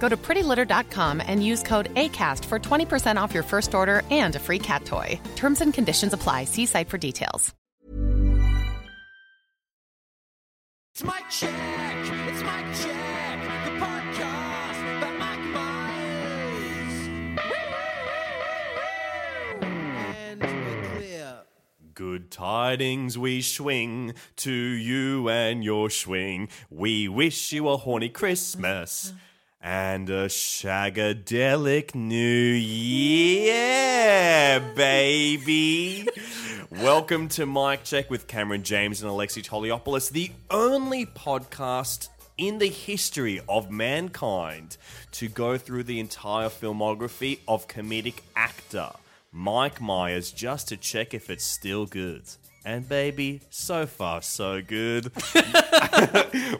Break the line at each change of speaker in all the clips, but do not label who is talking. Go to prettylitter.com and use code ACAST for 20% off your first order and a free cat toy. Terms and conditions apply. See site for details.
It's Mike Check. It's Mike Check. The podcast by Mike Myers. And we're clear.
Good tidings we swing to you and your swing. We wish you a horny Christmas and a shagadelic new year, baby. Welcome to Mike Check with Cameron James and Alexi Toliopoulos, the only podcast in the history of mankind to go through the entire filmography of comedic actor Mike Myers just to check if it's still good. And baby, so far so good.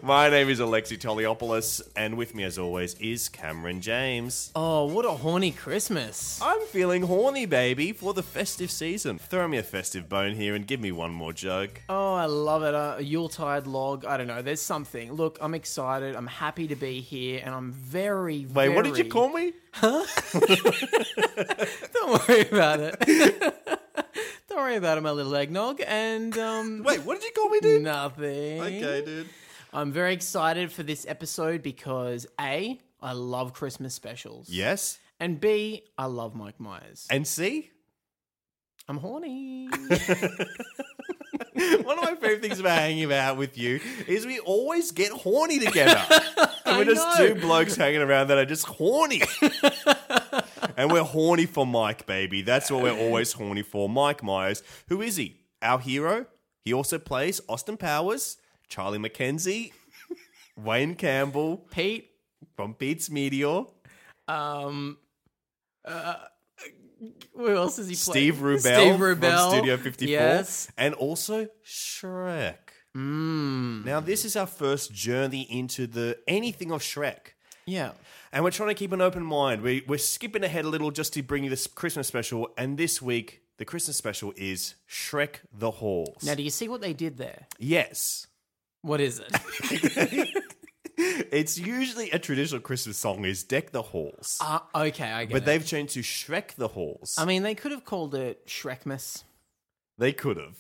My name is Alexi Toliopoulos, and with me, as always, is Cameron James.
Oh, what a horny Christmas.
I'm feeling horny, baby, for the festive season. Throw me a festive bone here and give me one more joke.
Oh, I love it. Uh, a Yuletide log. I don't know. There's something. Look, I'm excited. I'm happy to be here, and I'm very,
Wait, what did you call me?
Don't worry about it. don't worry about it, my little eggnog. And, um,
Wait, what did you call me, dude?
nothing.
Okay, dude.
I'm very excited for this episode because A, I love Christmas specials.
Yes.
And B, I love Mike Myers.
And see?
I'm horny.
One of my favorite things about hanging out with you is we always get horny together. And we're just
know.
two blokes hanging around that are just horny. and we're horny for Mike, baby. That's what we're always horny for. Mike Myers. Who is he? Our hero. He also plays Austin Powers, Charlie McKenzie, Wayne Campbell
Pete,
from Beats Meteor,
um, uh, who else is he playing?
Steve Rubell,
Steve Rubell.
from Studio 54,
Yes.
and also Shrek.
Mm.
Now, this is our first journey into the anything of Shrek.
Yeah.
And we're trying to keep an open mind. We, we're skipping ahead a little just to bring you this Christmas special. And this week, the Christmas special is Shrek the Horse.
Now, do you see what they did there?
yes.
What is it?
It's usually a traditional Christmas song is Deck the Horse.
uh, okay, I get
but
it.
they've changed to Shrek the Horse.
I mean, they could have called it Shrekmas,
they could have.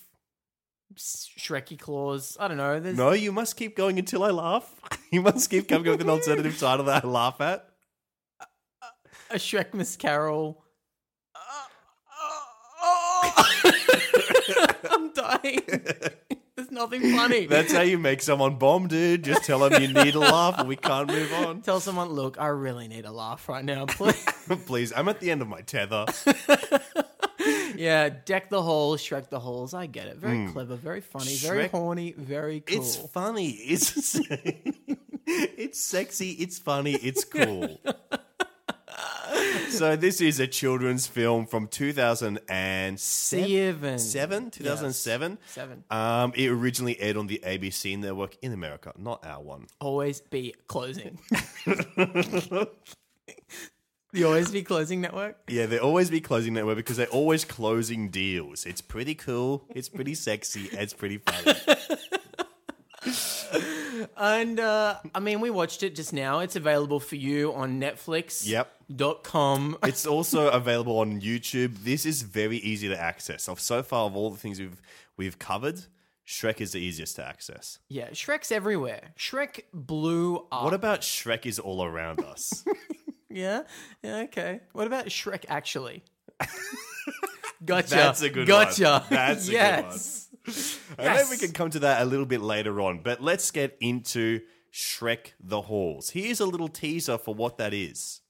S- Shreky Claws. I don't know. There's,
No, you must keep going until I laugh. you must keep coming up with an alternative title that I laugh at.
A Shrekmas Carol. I'm dying. There's nothing funny.
That's how you make someone bomb, dude. Just tell them you need a laugh and we can't move on.
Tell someone, look, I really need a laugh right now, please.
Please, I'm at the end of my tether.
yeah, deck the holes, Shrek the holes. I get it. Very clever, very funny, very
Hmm. Shrek-
horny, very cool.
It's funny. It's it's sexy. It's funny. It's cool. so this is a children's film from 2007.
Seven.
Seven? 2007?
Yes. Seven.
Um, it originally aired on the ABC network in America, not our one.
Always be closing. the Always Be Closing Network?
Yeah, they always be closing network because they're always closing deals. It's pretty cool. It's pretty sexy. It's pretty funny.
And uh, I mean, we watched it just now. It's available for you on Netflix.
Yep.
Dot com.
It's also available on YouTube. This is very easy to access. Of so far of all the things we've we've covered, Shrek is the easiest to access.
Yeah, Shrek's everywhere. Shrek blew up.
What about Shrek is all around us?
yeah, yeah, okay. What about Shrek actually? Gotcha.
That's a good
gotcha.
one. That's a good
yes.
I know we can come to that a little bit later on, but let's get into Shrek the Halls. Here's a little teaser for what that is.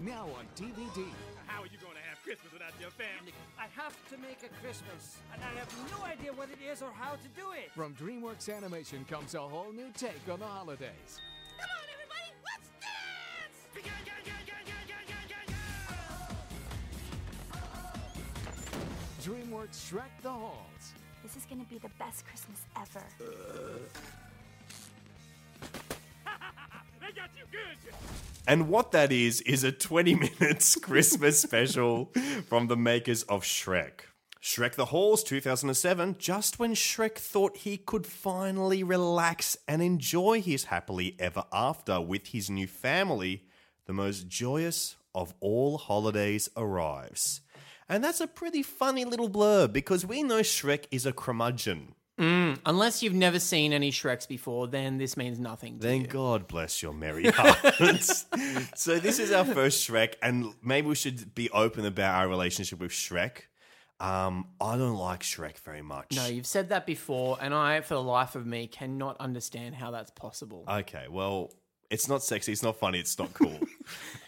Now on DVD.
How are you going to have Christmas without your family?
I have to make a Christmas, and I have no idea what it is or how to do it.
From DreamWorks Animation comes a whole new take on the holidays.
Come on, everybody, let's dance!
DreamWorks Shrek the Halls.
This is gonna be the best Christmas ever.
They got you good.
And what that is, is a 20 minutes Christmas special from the makers of Shrek. Shrek the Halls 2007, just when Shrek thought he could finally relax and enjoy his happily ever after with his new family, the most joyous of all holidays arrives. And that's a pretty funny little blurb because we know Shrek is a curmudgeon.
Unless you've never seen any Shreks before, then this means nothing. to
Then
you.
God bless your merry hearts. so this is our first Shrek, and maybe we should be open about our relationship with Shrek. Um, I don't like Shrek very much.
No, you've said that before, and I, for the life of me, cannot understand how that's possible.
okay, well, it's not sexy, it's not funny, it's not cool.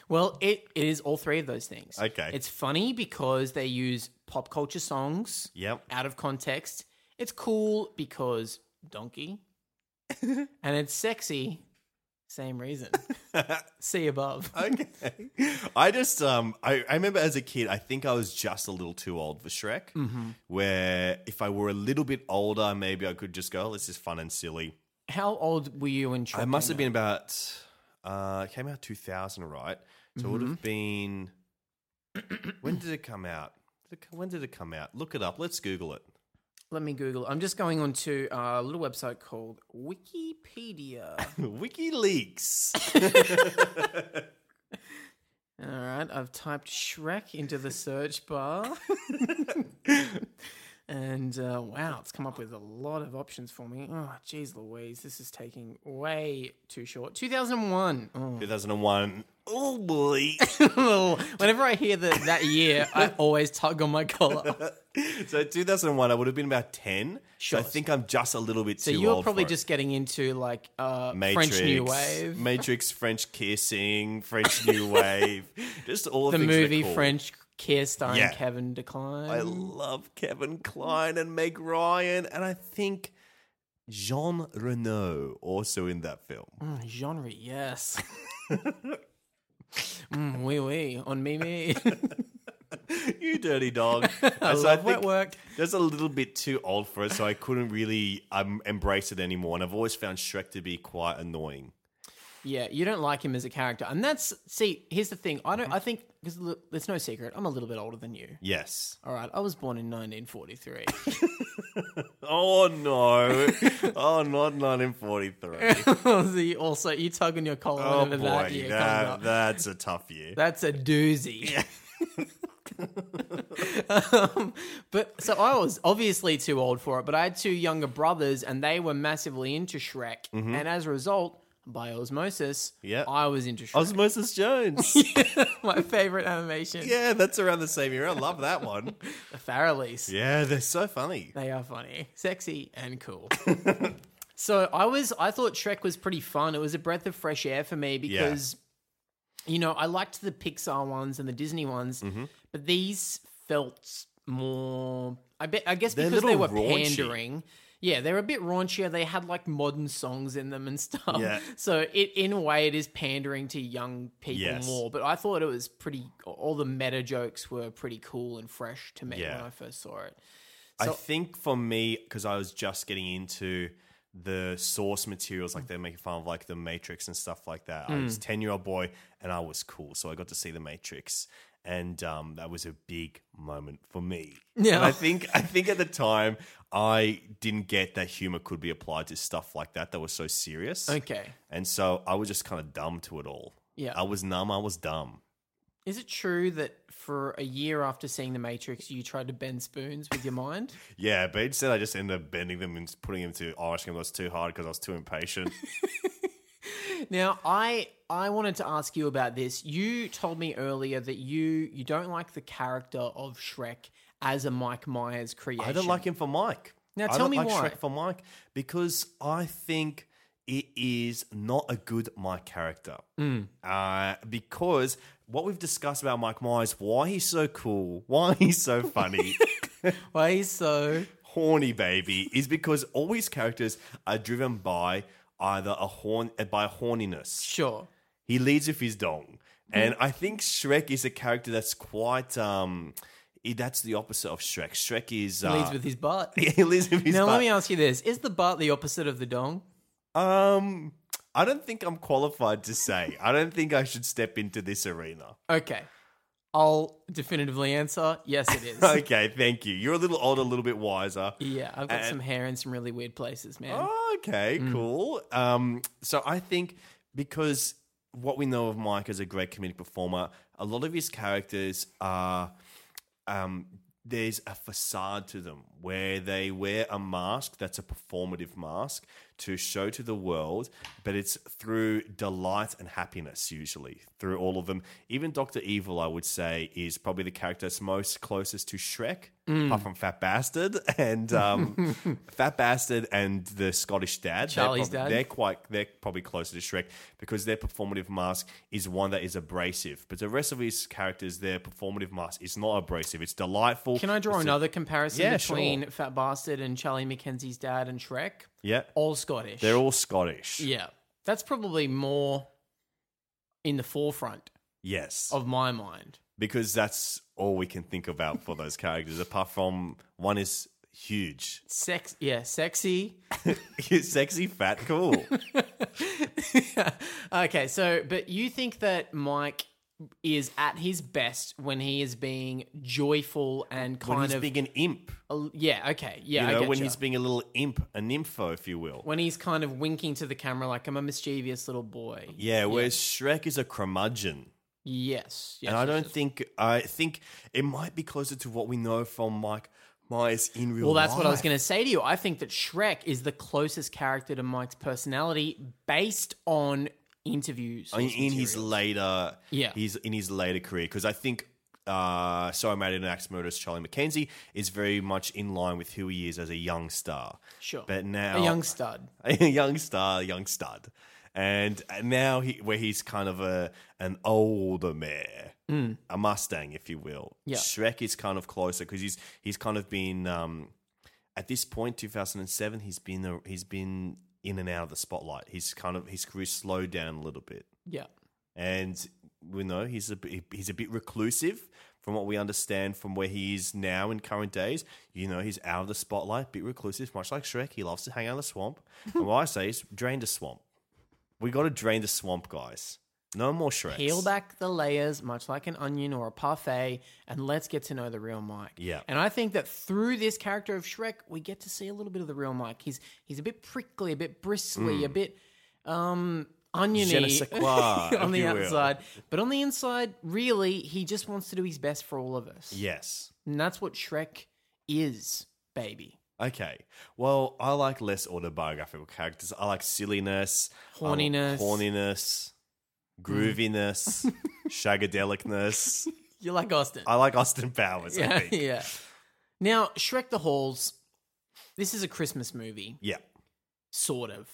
well, it, it is all three of those things.
Okay.
It's funny because they use pop culture songs
Yep.
out of context. It's cool because donkey. and it's sexy, same reason. See above.
okay. I just um I, I remember as a kid, I think I was just a little too old for Shrek. Where if I were a little bit older, maybe I could just go, oh, this is fun and silly.
How old were you in Shrek?
I must have
came
been about uh it came out 2000 right so it would
Mm-hmm.
have been when did it come out Did it co- when did it come out look it up let's google it
out? Let me Google. I'm just going on to a little website called Wikipedia.
wikileaks
All right, I've typed Shrek into the search bar. and uh, wow, it's come up with a lot of options for me. Oh, geez Louise, this is taking way too short. 2001. Oh.
2001 oh boy
Whenever I hear the, that year, I always tug on my collar.
so 2001 i would have been about 10 so i
Sure.
think i'm just a little bit
So
too
you were
old
probably
for it.
just getting into like uh,
Matrix,
French New Wave,
Matrix, French kissing, French New Wave, just all
the
things that are
movie
cool.
French Kiss starring
Yeah.
Kevin DeCline.
I love Kevin Klein and Meg Ryan, and I think Jean Renault also in that film.
Mm, genre, yes. mm, oui, oui, on me, me.
you dirty dog.
Mm. I
And so
love
I
wet
think
work.
that's a little bit too old for it, so I couldn't really um, embrace it anymore. And I've always found Shrek to be quite annoying.
Yeah, you don't like him as a character, and that's see. Here's the thing. I don't. I think because it's no secret. I'm a little bit older than you.
Yes.
All right, I was born in 1943.
Oh no. oh, not 1943.
So you also, you tug on your collar
oh
whenever that
boy,
year comes
that,
up.
that's a tough year.
That's a doozy. um, but so I was obviously too old for it, but I had two younger brothers and they were massively into Shrek.
Mm-hmm.
And as a result, by osmosis,
Yeah.
I was into Shrek.
Osmosis Jones.
My favorite animation.
yeah, that's around the same year. I love that one.
The Farrellys.
Yeah, they're so funny.
They are funny, sexy, and cool. so I was, I thought Shrek was pretty fun. It was a breath of fresh air for me because, you know, I liked the Pixar ones and the Disney ones,
Mm-hmm.
but these felt more. I bet, I guess,
They're a
because they were
little raunchy.
pandering. Yeah, they're a bit raunchier. They had like modern songs in them and stuff.
Yeah.
So it, in a way, it is pandering to young people
Yes.
more. But I thought it was pretty. All the meta jokes were pretty cool and fresh to me
Yeah.
when I first saw it.
I think for me, because I was just getting into the source materials, like they're making fun of like the Matrix and stuff like that. I
Hmm.
was ten year old boy, and I was cool, so I got to see the Matrix, and um, that was a big moment for me.
Yeah.
And I think I think at the time I didn't get that humor could be applied to stuff like that that was so serious.
Okay.
and so I was just kind of dumb to it all.
Yeah.
I was numb. I was dumb.
Is it true that for a year after seeing The Matrix, you tried to bend spoons with your mind?
Yeah, but "Oh, instead I just ended up bending them and putting them to Irish game. That was too hard because I was too impatient.
Now, I I wanted to ask you about this. You told me earlier that you you don't like the character of Shrek as a Mike Myers creation.
I don't like him for Mike.
Now,
I
tell
don't
me
like
why.
Shrek for Mike because I think it is not a good Mike character.
Hmm.
Uh, because what we've discussed about Mike Myers, why he's so cool, why he's so funny,
Why he's so
horny baby, is because all his characters are driven by either a horn uh, by horniness.
sure?
He leads with his dong.
Hmm.
And I think Shrek is a character that's quite um i- that's the opposite of Shrek. Shrek is uh,
leads with his butt.
he leads with his
now, let
butt.
me ask you this: Is the butt the opposite of the dong?
Um I don't think I'm qualified to say. I don't think I should step into this arena.
Okay, I'll definitively answer: Yes, it is.
Okay, thank you. You're a little older, a little bit wiser.
Yeah, I've got
And-
some hair in some really weird places, man.
Oh, okay, cool. Um, so I think because what we know of Mike as a great comedic performer, a lot of his characters are um, there's a facade to them where they wear a mask that's a performative mask to show to the world, but it's through delight and happiness usually through all of them. Even Doctor Evil, I would say, is probably the character that's most closest to Shrek,
Mm.
apart from Fat Bastard and um, Fat Bastard and the Scottish Dad. They're
Charlie's
prob-
Dad.
They're quite they're probably closer to Shrek because their performative mask is one that is abrasive. But the rest of his characters, their performative mask is not abrasive. It's delightful.
Can I draw
It's a-
another comparison
Yeah,
between
sure.
Fat Bastard and Charlie McKenzie's dad and Shrek?
yeah,
All Scottish.
they're all Scottish.
Yeah. That's probably more in the forefront
Yes,
of my mind.
because that's all we can think about for those characters. Apart from one is huge,
Sex yeah, sexy.
He's sexy, fat, cool.
okay, so but you think that Mike is at his best when he is being joyful and
when
kind
he's
of
being an imp,
uh, yeah, okay. Yeah,
you
I
know,
get
when
ya.
he's being a little imp, a nympho, if you will.
when he's kind of winking to the camera like I'm a mischievous little boy.
yeah, whereas Shrek is a curmudgeon.
Yes. yes
and I
yes,
don't
yes.
think I think it might be closer to what we know from Mike Myers in real
Well,
life.
that's what I was going to say to you. I think that Shrek is the closest character to Mike's personality based on interviews.
in, in his later
Yeah.
his in his later career because I think uh Sorry Made an Axe Murderous Charlie McKenzie is very much in line with who he is as a young star.
Sure.
But now
A young stud.
a young star, young stud. And now he, where he's kind of a an older mare, a Mustang, if you will.
Yeah.
Shrek is kind of closer because he's he's kind of been um, at this point, two thousand and seven. He's been a, he's been in and out of the spotlight. He's kind of his career slowed down a little bit,
Yeah.
and we know he's a b- he's a bit reclusive from what we understand from where he is now in current days. You know, he's out of the spotlight, bit reclusive, much like Shrek. He loves to hang out in the swamp. and what I say is, drain the swamp. We got to drain the swamp, guys. No more Shrek.
Peel back the layers, much like an onion or a parfait, and let's get to know the real Mike.
Yeah.
And I think that through this character of Shrek, we get to see a little bit of the real Mike. He's he's a bit prickly, a bit bristly, a bit um oniony
Hmm. Je ne sais quoi,
on
if
the
you will.
outside. But on the inside, really, he just wants to do his best for all of us.
Yes.
And that's what Shrek is, baby.
Okay. Well, I like less autobiographical characters. I like silliness, I like
Horniness.
horniness, grooviness, shagadelicness.
You like Austin.
I like Austin Powers. I
yeah,
think.
yeah. Now, Shrek the Halls, this is a Christmas movie,
Yeah.
sort of.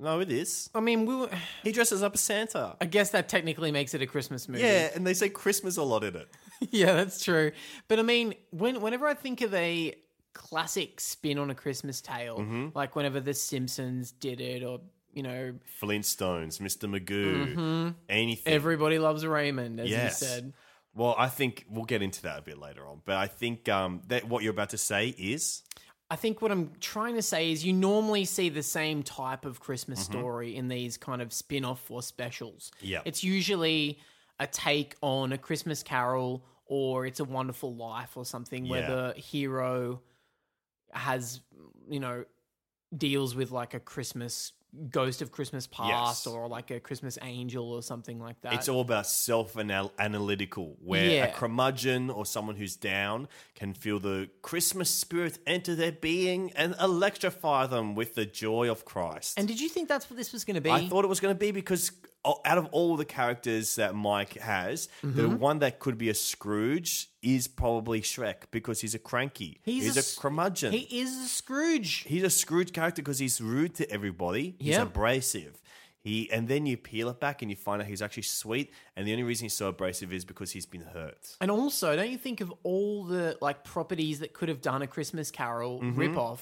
No, it is.
I mean, we were,
He dresses up as Santa.
I guess that technically makes it a Christmas movie.
Yeah, and they say Christmas a lot in it.
yeah, that's true. But I mean, when whenever I think of a classic spin on a Christmas tale,
Mm-hmm.
like whenever The Simpsons did it, or you know,
Flintstones, Mr. Magoo, anything.
everybody loves Raymond, as
Yes.
you said.
well, I think we'll get into that a bit later on, but I think um, that what you're about to say is
I think what I'm trying to say is you normally see the same type of Christmas story in these kind of spin off or specials.
Mm-hmm. Yeah.
It's usually a take on a Christmas carol or it's a wonderful life or something where
Yeah.
the hero has, you know, deals with like a Christmas Ghost of Christmas Past
Yes.
or like a Christmas Angel or something like that.
It's all about self analytical, where a
Yeah.
curmudgeon or someone who's down can feel the Christmas spirit enter their being and electrify them with the joy of Christ.
and did you think that's what this was going to be?
I thought it was going to be because o- out of all the characters that Mike has, the
Mm-hmm.
one that could be a Scrooge is probably Shrek because he's a cranky. He's, a,
s-
curmudgeon.
He is a Scrooge.
he's a Scrooge character because he's rude to everybody. He's
Yeah.
abrasive. He and then you peel it back and you find out he's actually sweet. And the only reason he's so abrasive is because he's been hurt.
And also, don't you think of all the like properties that could have done a Christmas Carol ripoff?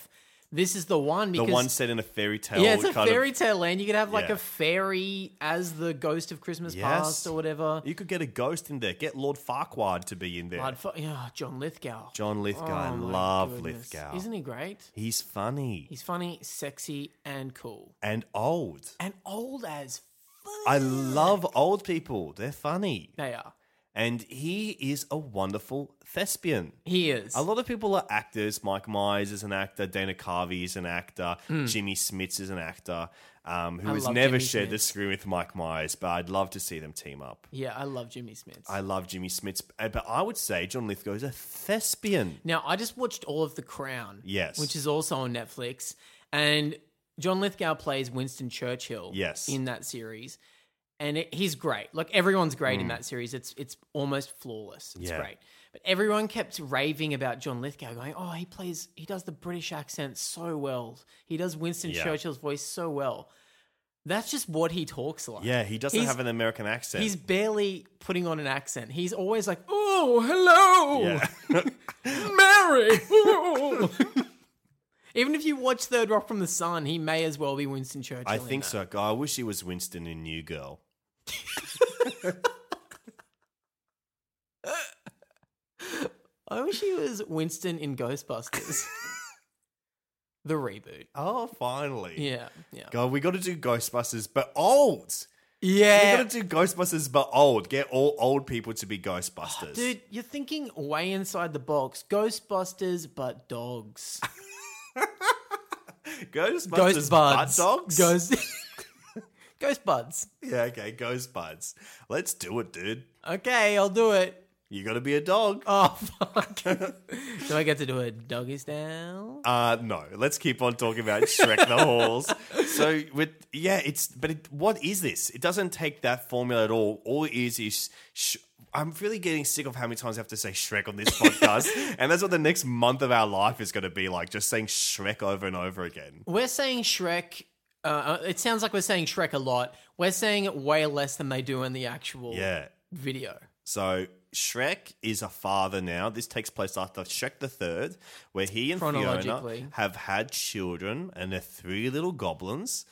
This is the one
Mm-hmm. The
because
one set in a fairy tale.
yeah, it's a
kind of-
fairy tale land. You could have like
Yeah.
a fairy as the ghost of Christmas
Yes.
past or whatever.
You could get a ghost in there. Get Lord Farquaad to be in there.
I'd fu- yeah, John Lithgow. Oh
John Lithgow. I
my
love
goodness.
Lithgow.
Isn't he great?
He's funny
He's funny, sexy, and cool,
and old.
and old as fuck.
I love old people. They're funny.
They are.
And he is a wonderful thespian.
He is.
A lot of people are actors. Mike Myers is an actor. Dana Carvey is an actor. Jimmy Smits is an actor um, who
Hmm. I
has
love
never
Jimmy
shared the
Smits.
screen with Mike Myers, but I'd love to see them team up.
yeah, I love Jimmy Smith.
I love Jimmy Smits, uh, but I would say John Lithgow is a thespian.
Now, I just watched all of The Crown.
Yes.
Which is also on Netflix. And John Lithgow plays Winston Churchill.
Yes.
In that series. And it, he's great. Like everyone's great in that series. It's it's almost flawless. It's
Mm. Yeah.
great. But everyone kept raving about John Lithgow, going, "Oh, he plays. He does the British accent so well. He does Winston
Yeah.
Churchill's voice so well." That's just what he talks like.
Yeah, he doesn't
He's-
have an American accent.
He's barely putting on an accent. He's always like, "Oh, hello."
yeah.
Mary! Even if you watch Third Rock from the Sun, he may as well be Winston Churchill.
I
in
think
that.
so. God, I wish he was Winston in New Girl.
I wish he was Winston in Ghostbusters. the reboot.
Oh, finally.
Yeah. Yeah.
God, we got to do Ghostbusters, but old.
yeah.
We got to do Ghostbusters, but old. Get all old people to be Ghostbusters.
Dude, you're thinking way inside the box. Ghostbusters, but dogs.
Ghostbusters,
Ghost
butt
buds.
dogs.
Ghost. Ghost buds.
yeah, okay, Ghost buds. Let's do it, dude.
Okay, I'll do it.
You got to be a dog.
Oh fuck. do I get to do a doggy style?
Uh no. Let's keep on talking about Shrek the Halls. So with yeah, it's but it, what is this? It doesn't take that formula at all. All it is is. Sh- I'm really getting sick of how many times I have to say Shrek on this podcast, and that's what the next month of our life is going to be like, just saying Shrek over and over again.
We're saying Shrek. Uh, uh, it sounds like we're saying Shrek a lot. We're saying it way less than they do in the actual
Yeah.
video.
So Shrek is a father now. This takes place after Shrek the Third, where he and Fiona
Chronologically.
have had children, and they're three little goblins.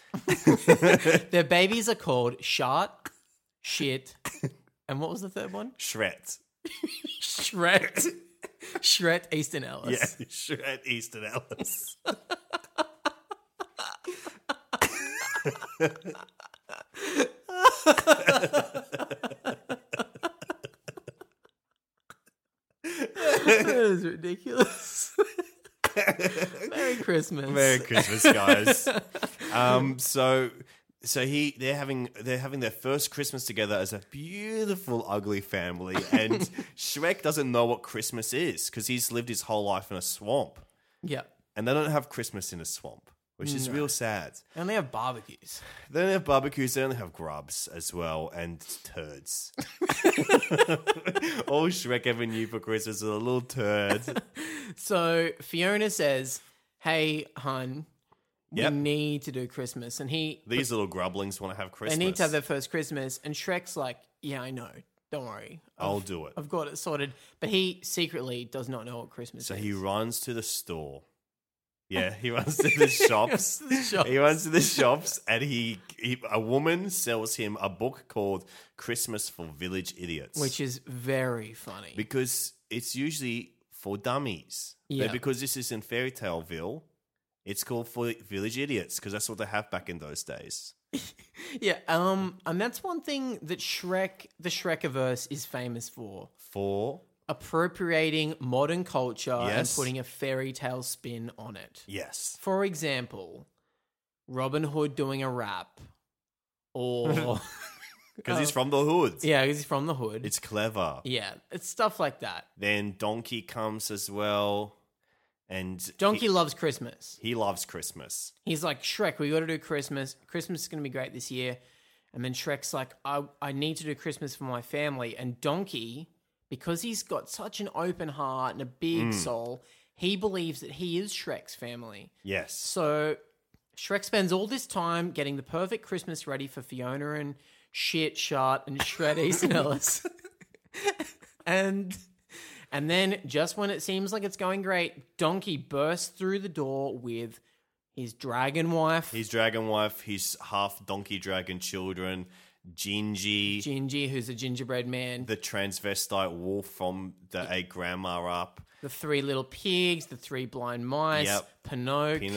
Their babies are called Shart, Shit, and what was the third one?
Shret.
Shret. Shret Easton Ellis.
Yeah, Shret Easton Ellis.
that is ridiculous. Merry Christmas.
Merry Christmas, guys. um, so so he they're having they're having their first Christmas together as a beautiful ugly family, and Shrek doesn't know what Christmas is because he's lived his whole life in a swamp,
yeah.
and they don't have Christmas in a swamp, which is real sad.
And they have barbecues.
They don't have barbecues. They only have grubs as well and turds. All Shrek ever knew for Christmas is a little turd.
So Fiona says, Hey, hun,
Yep.
we need to do Christmas. And he
These little grublings want to have Christmas.
They need to have their first Christmas. And Shrek's like, yeah, I know. Don't worry. I've,
I'll do it.
I've got it sorted. But he secretly does not know what Christmas
So
is.
he runs to the store. Yeah, he runs to the shops.
the shops.
He runs to the shops, and he, he a woman sells him a book called "Christmas for Village Idiots,"
Which is very funny.
because it's usually for dummies.
Yeah.
But because this is in Fairy Taleville, it's called for Village Idiots because that's what they have back in those days.
yeah. Um, and that's one thing that Shrek, the Shrekiverse, is famous for
For
appropriating modern culture
Yes.
and putting a fairy tale spin on it.
yes,
For example, Robin Hood doing a rap, or
because he's from the hoods.
Oh. yeah, 'cause he's from the hood.
It's clever.
yeah, it's stuff like that.
Then Donkey comes as well, and
Donkey
he,
loves Christmas.
he loves Christmas.
He's like, Shrek, we got to do Christmas. Christmas is going to be great this year. And then Shrek's like, I, I need to do Christmas for my family. And Donkey, because he's got such an open heart and a big soul, he believes that he is Shrek's family.
Yes.
So Shrek spends all this time getting the perfect Christmas ready for Fiona and shit, shot, and shred Easton Ellis. and and then just when it seems like it's going great, Donkey bursts through the door with his dragon wife,
His dragon wife, his half donkey dragon children, Gingy,
Gingy, who's a gingerbread man, the,
the transvestite wolf from the Eight Grandma Up,
three little pigs, the three blind mice,
Yep.
Pinocchio.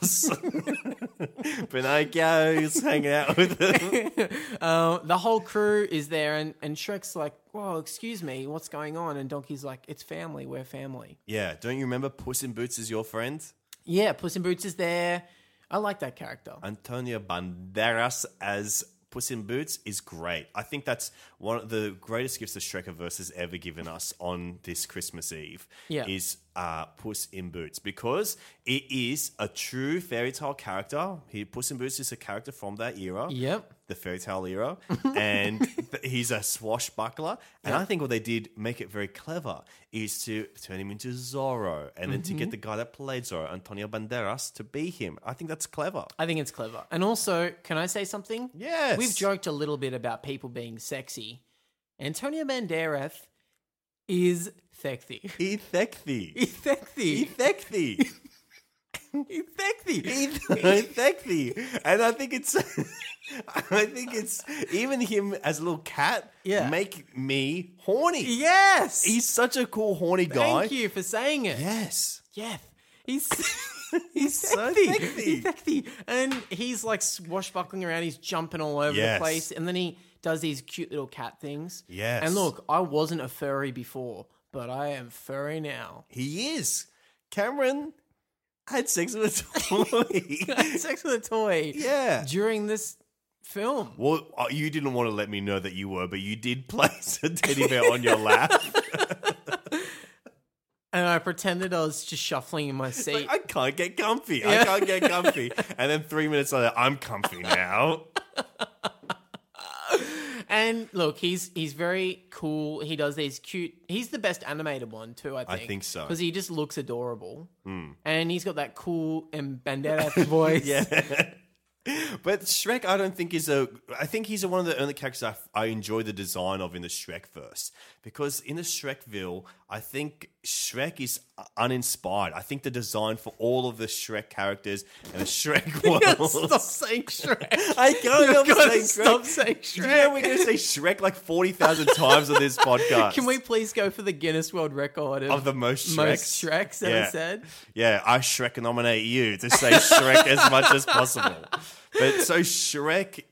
Pinocchios. Pinocchio's hanging out with them.
Uh, the whole crew is there, and, and Shrek's like, Whoa, excuse me, what's going on? And Donkey's like, It's family, we're family.
Yeah, don't you remember Puss in Boots is your friend?
Yeah, Puss in Boots is there. I like that character.
Antonio Banderas as Puss in Boots is great. I think that's one of the greatest gifts the Shrekiverse has ever given us on this Christmas Eve.
Yeah.
Is uh, Puss in Boots because it is a true fairy tale character. He, Puss in Boots is a character from that era.
Yep.
The fairy tale era, and th- he's a swashbuckler. And I think what they did make it very clever is to turn him into Zorro, and then to
Mm-hmm.
get the guy that played Zorro, Antonio Banderas, to be him. I think that's clever.
I think it's clever. And also, can I say something?
Yes.
We've joked a little bit about people being sexy. Antonio Banderas is sexy.
Ethekthi.
He's sexy.
Ethekthi.
He's sexy.
Ethekthi. And I think it's I think it's even him as a little cat
Yeah.
make me horny.
Yes.
He's such a cool horny guy.
Thank you for saying it.
Yes.
Yes. He's he's
so
sexy.
sexy.
He's sexy. And he's like swashbuckling around, he's jumping all over
Yes.
the place. And then he does these cute little cat things.
Yes.
And look, I wasn't a furry before, but I am furry now.
He is. Cameron had sex with a
I
toy.
had sex with a toy.
Yeah.
During this film.
well, uh, you didn't want to let me know that you were, but you did place a teddy bear on your lap.
And I pretended I was just shuffling in my seat.
Like, I can't get comfy. I
Yeah.
can't get comfy. and then three minutes later, I'm comfy now.
and look, he's he's very cool. He does these cute. He's the best animated one too. I
I
think.
think so. Hmm.
because he just looks adorable, and he's got that cool and bandana voice. yeah,
But Shrek, I don't think is a. I think he's one of the only characters I, I enjoy the design of in the Shrek verse because in the Shrekville, I think Shrek is uninspired. I think the design for all of the Shrek characters and the Shrek world.
stop saying Shrek.
I can't
You've
help
gotta
saying Shrek.
stop saying Shrek.
Yeah, we're gonna say Shrek like forty thousand times on this podcast.
Can we please go for the Guinness World Record of,
Of the most Shreks.
most Shreks ever
Yeah.
said?
Yeah, I Shrek nominate you to say Shrek as much as possible. But so Shrek,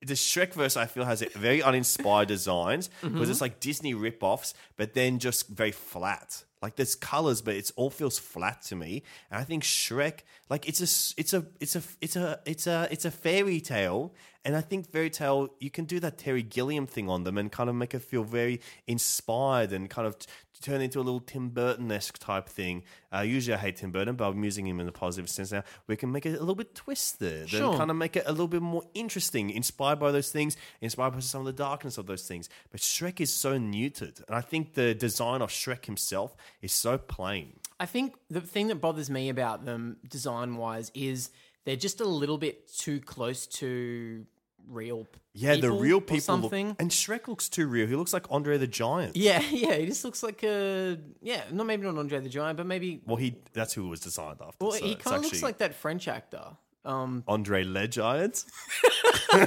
the Shrek verse, I feel has a very uninspired designs
Mm-hmm.
because it's like Disney rip-offs, but then just very flat. Like there's colors, but it's all feels flat to me. And I think Shrek, like it's a, s- it's a, it's a, it's a, it's a, it's a fairy tale. And I think fairy tale, you can do that Terry Gilliam thing on them and kind of make it feel very inspired and kind of t- turn into a little Tim Burton esque type thing. Uh, usually I hate Tim Burton, but I'm using him in a positive sense now. We can make it a little bit twisted and
Sure.
kind of make it a little bit more interesting, inspired by those things, inspired by some of the darkness of those things. But Shrek is so muted. And I think the design of Shrek himself is so plain.
I think the thing that bothers me about them design wise is they're just a little bit too close to real. p-
Yeah, the real
or
people
something.
look. And Shrek looks too real. He looks like Andre the Giant.
yeah, yeah, he just looks like a yeah. Not maybe not Andre the Giant, but maybe
Well, he that's who it was designed after.
well,
so
he
it's
kind of looks
actually
like that French actor. Um,
Andre Le Giant.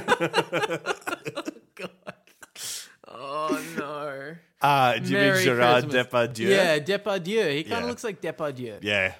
oh no,
Ah, do you mean
Merry
Gerard
Christmas.
Depardieu?
Yeah, Depardieu. He kind of
Yeah.
looks like Depardieu.
Yeah.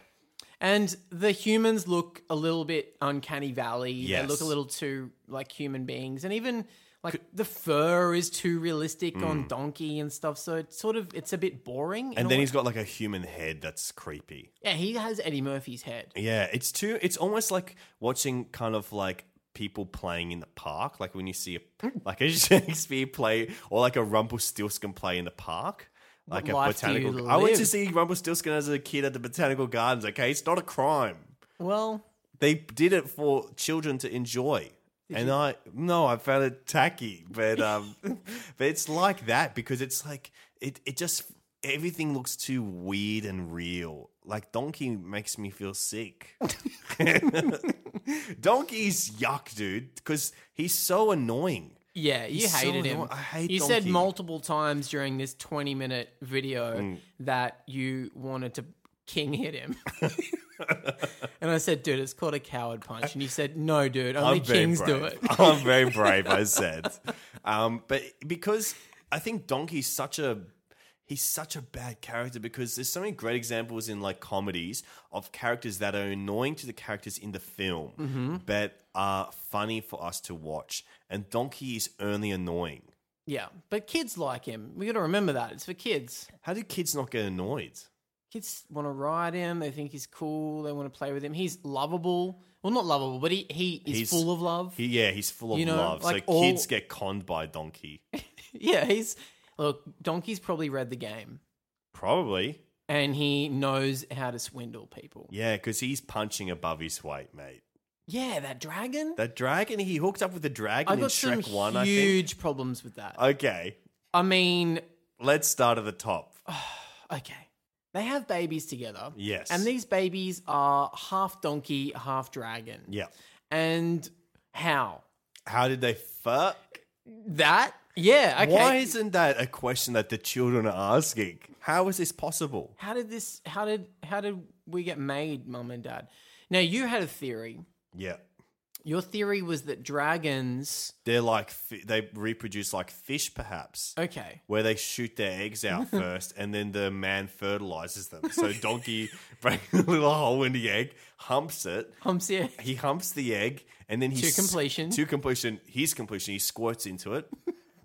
And the humans look a little bit uncanny valley. They
Yes.
look a little too like human beings. And even Like the fur is too realistic on Donkey and stuff, so it's sort of it's a bit boring. in
Mm. And
a
then
way.
he's got like a human head that's creepy.
yeah, he has Eddie Murphy's head.
Yeah, it's too. It's almost like watching kind of like people playing in the park, like when you see a,
Hmm.
like a Shakespeare play or like a Rumpelstiltskin play in the park.
What
Like a
life do you
botanical. I went to
live?
see Rumpelstiltskin as a kid at the botanical gardens. Okay, it's not a crime.
Well,
They did it for children to enjoy. and I no, I found it tacky, but um, but it's like that because it's like it it just everything looks too weird and real. Like Donkey makes me feel sick. Donkey's yuck, dude, because he's so annoying.
yeah, you
He's so
hated him.
annoying. I hate
You said
Donkey.
multiple times during this twenty-minute video
Mm.
that you wanted to king hit him. and I said, "Dude, it's called a coward punch." And you said, "No, dude, only kings
brave.
do it."
I'm very brave, I said. Um, but because I think Donkey's such a he's such a bad character because there's so many great examples in like comedies of characters that are annoying to the characters in the film
Mm-hmm.
but are funny for us to watch. And Donkey is only annoying.
Yeah, but kids like him. We got to remember that it's for kids.
How do kids not get annoyed?
Kids want to ride him. They think he's cool. They want to play with him. He's lovable. Well, not lovable, but he, he is
He's-
full of love.
He, yeah, he's full of
You know,
love.
like
so
all-
kids get conned by Donkey.
yeah, he's look. Donkey's probably read the game,
Probably.
and he knows how to swindle people.
Yeah, because he's punching above his weight, mate.
Yeah, that dragon.
That dragon, he hooked up with the dragon
I've
in
got some
Shrek 1, I think.
huge problems with that.
Okay,
I mean,
let's start at the top.
Oh. okay. They have babies together.
Yes.
And these babies are half donkey, half dragon.
Yeah.
And how?
How did they fuck?
That? Yeah, okay.
Why isn't that a question that the children are asking? How is this possible?
How did this? How did how did we get made, mum and dad? Now you had a theory.
Yeah.
Your theory was that dragons.
They're like, fi- they reproduce like fish, perhaps,
Okay,
where they shoot their eggs out first and then the man fertilizes them. So, donkey breaks a little hole in the egg, humps it,
I'm serious.
he humps the egg and then he
To
s-
completion.
to completion his completion he squirts into it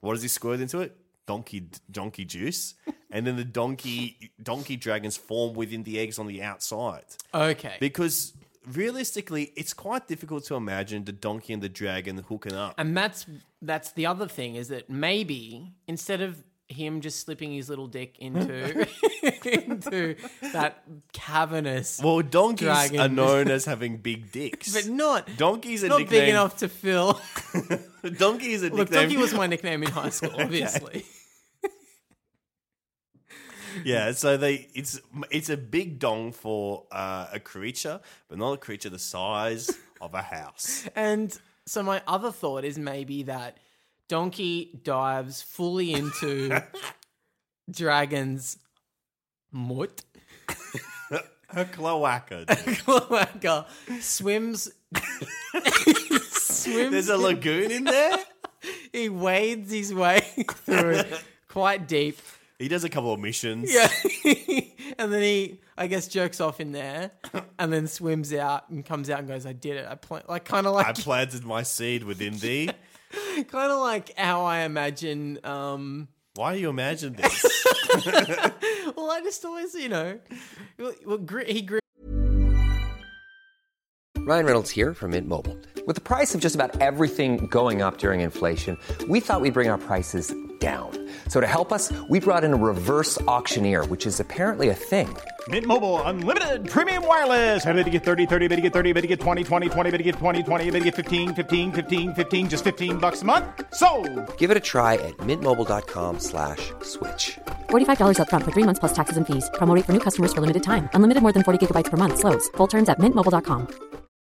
what does he squirt into it donkey donkey juice and then the donkey donkey dragons form within the eggs on the outside
Okay,
because realistically it's quite difficult to imagine the donkey and the dragon hooking up
and that's that's the other thing is that maybe instead of him just slipping his little dick into into that cavernous,
well donkeys
Dragon.
are known as having big dicks
but not
donkeys a
not
nickname
big enough to fill.
donkey is a
Look,
nickname
donkey was my nickname in high school, obviously.
Yeah, so they it's it's a big dong for uh, a creature, but not a creature the size of a house.
And so my other thought is maybe that Donkey dives fully into Dragon's mutt.
A cloaca. dude.
Cloaca uh, swims. swims.
There's a lagoon in there.
he wades his way through it quite deep.
He does a couple of missions.
Yeah. and then he, I guess, jerks off in there and then swims out and comes out and goes, I did it. I plant, like, kind of like.
I planted my seed within thee.
kind of like how I imagine. Um,
Why do you imagine this?
well, I just always, you know, well, well, gri- he grew
Ryan Reynolds here from Mint Mobile. With the price of just about everything going up during inflation, we thought we'd bring our prices down. So to help us, we brought in a reverse auctioneer, which is apparently a thing.
Mint Mobile unlimited premium wireless. Ready to get 30, 30, bet you get 30, bet you get 20, 20, 20, bet you get 20, 20, bet you get 15, 15, 15, 15 just 15 bucks a month. So,
Give it a try at mintmobile.com slash switch.
$45 up front for three months plus taxes and fees. Promote for new customers for limited time. Unlimited more than 40 gigabytes per month. Slows. Full terms at mintmobile.com.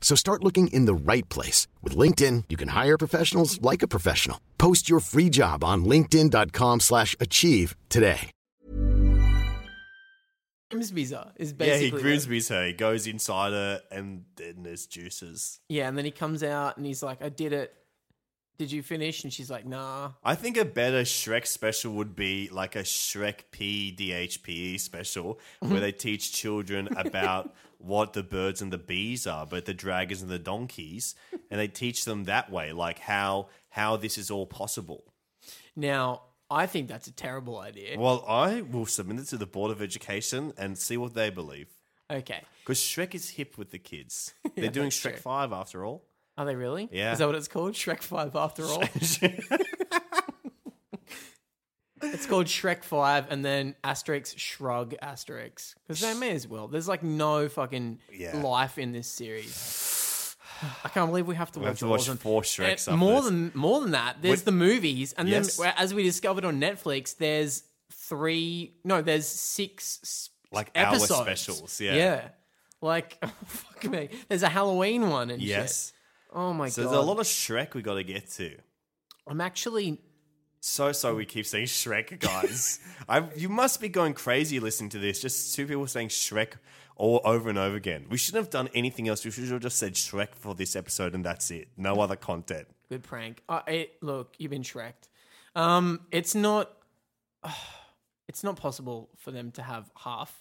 So start looking in the right place. With LinkedIn, you can hire professionals like a professional. Post your free job on linkedin.com/achieve slash achieve today.
Grimsby's her is
Yeah,
basically
he Grimsby's her. He goes inside her, and then there's juices.
Yeah, and then he comes out and he's like, I did it. Did you finish? And she's like, nah.
I think a better Shrek special would be like a Shrek PDHPE special where
Mm-hmm.
they teach children about what the birds and the bees are, but the dragons and the donkeys, and they teach them that way, like how how this is all possible.
Now, I think that's a terrible idea.
Well, I will submit it to the Board of Education and see what they believe.
Okay.
Because Shrek is hip with the kids. They're doing
that's
Shrek
true.
5 after all.
Are they really?
Yeah.
Is that what it's called? Shrek 5 after all? it's called Shrek 5 and then asterisk shrug asterisk. Because they may as well. There's like no fucking
Yeah.
life in this series. I can't believe we have to
We
watch
have to
all
watch
of them.
four Shreks
And
after
More
this.
than more than that, there's
Wait-
the movies and
Yes.
then as we discovered on Netflix, there's three no, there's six s-
Like hour
episodes.
specials, yeah.
Yeah. Like fuck me. There's a Halloween one and shit.
Yes.
Oh my
so
god.
there's a lot of Shrek we got to get to.
I'm actually
So so we keep saying Shrek, guys. I you must be going crazy listening to this. Just two people saying Shrek all over and over again. We shouldn't have done anything else. We should have just said Shrek for this episode and that's it. No other content.
Good prank. Uh, it, look, you've been shreked. Um, it's not. it's not possible for them to have half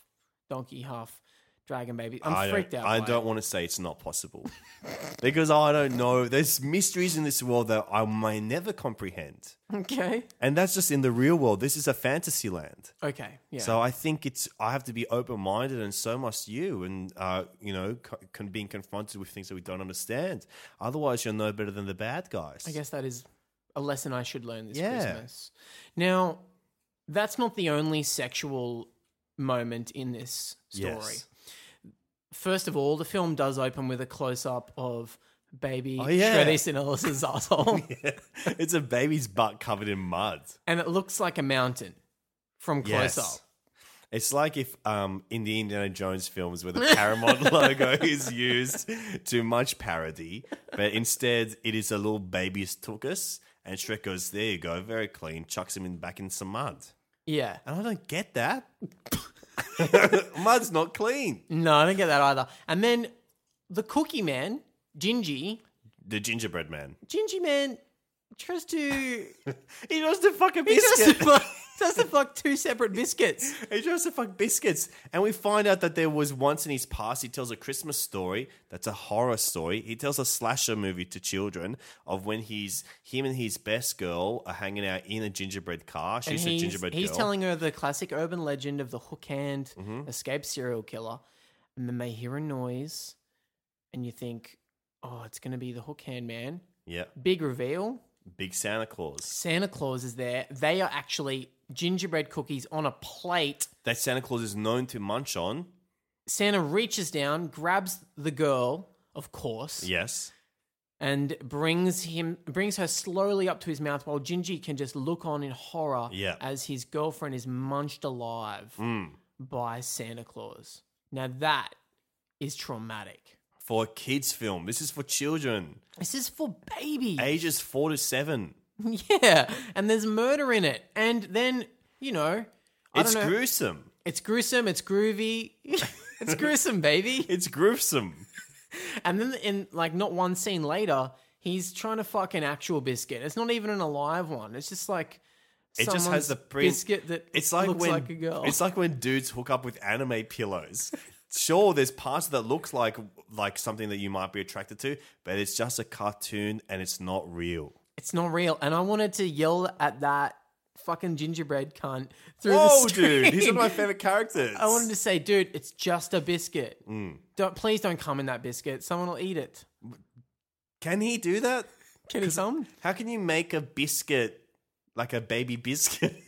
donkey, half dragon baby. I'm
I don't-
freaked out.
I
by it.
don't want to say it's not possible. because I don't know. There's mysteries in this world that I may never comprehend.
Okay.
And that's just in the real world. This is a fantasy land.
Okay. Yeah.
So I think it's I have to be open minded, and so must you, and uh, you know, co- con- being confronted with things that we don't understand. Otherwise, you'll know better than the bad guys.
I guess that is a lesson I should learn this
Yeah.
Christmas. Now, that's not the only sexual moment in this story.
Yes.
First of all, the film does open with a close up of baby
Oh, yeah.
Shreddy Sinellis's asshole.
it's a baby's butt covered in mud.
and it looks like a mountain from close
Yes.
up.
It's like if um, in the Indiana Jones films where the Paramount logo is used to much parody, but instead it is a little baby's tuchus, and Shrek goes, "There you go, very clean." Chucks him in back in some mud,
Yeah.
and I don't get that. Mud's not clean.
No, I don't get that either. And then the Cookie Man, Gingy,
The gingerbread man.
Gingy Man tries to
He tries to fuck a
he tries to
biscuit.
fuck, tries to fuck two separate biscuits.
He tries to fuck biscuits. And we find out that there was once in his past, he tells a Christmas story that's a horror story. He tells a slasher movie to children of when he's him and his best girl are hanging out in a gingerbread car.
And
She's a
he's,
gingerbread
he's
girl. Mm-hmm.
telling her the classic urban legend of the hook hand escaped serial killer. And then they hear a noise, and you think, oh, it's going to be the hook hand man.
yeah,
Big reveal
big Santa Claus.
Santa Claus is there. They are actually gingerbread cookies on a plate
That Santa Claus is known to munch on.
Santa reaches down, grabs the girl, of course,
Yes.
and brings him brings her slowly up to his mouth while Gingy can just look on in horror
Yeah.
as his girlfriend is munched alive by Santa Claus. Now that is traumatic.
For a kids' film. This is for children.
This is for babies.
Ages four to seven.
Yeah. And there's murder in it. And then, you know, I
It's
don't know.
gruesome.
it's gruesome, it's groovy. it's gruesome, baby.
It's gruesome.
And then in like not one scene later, he's trying to fuck an actual biscuit. It's not even an alive one. It's just like
It just has
someone's
the print.
biscuit that
it's like
looks
when
like a girl.
it's like when dudes hook up with anime pillows. sure, there's parts that looks like like something that you might be attracted to, but it's just a cartoon and it's not real.
it's not real. And I wanted to yell at that fucking gingerbread cunt through
Whoa,
the screen.
dude! He's one of my favorite characters.
I wanted to say, dude, it's just a biscuit.
Mm.
Don't please don't come in that biscuit. Someone will eat it.
Can he do that?
Can he come?
How can you make a biscuit like a baby biscuit?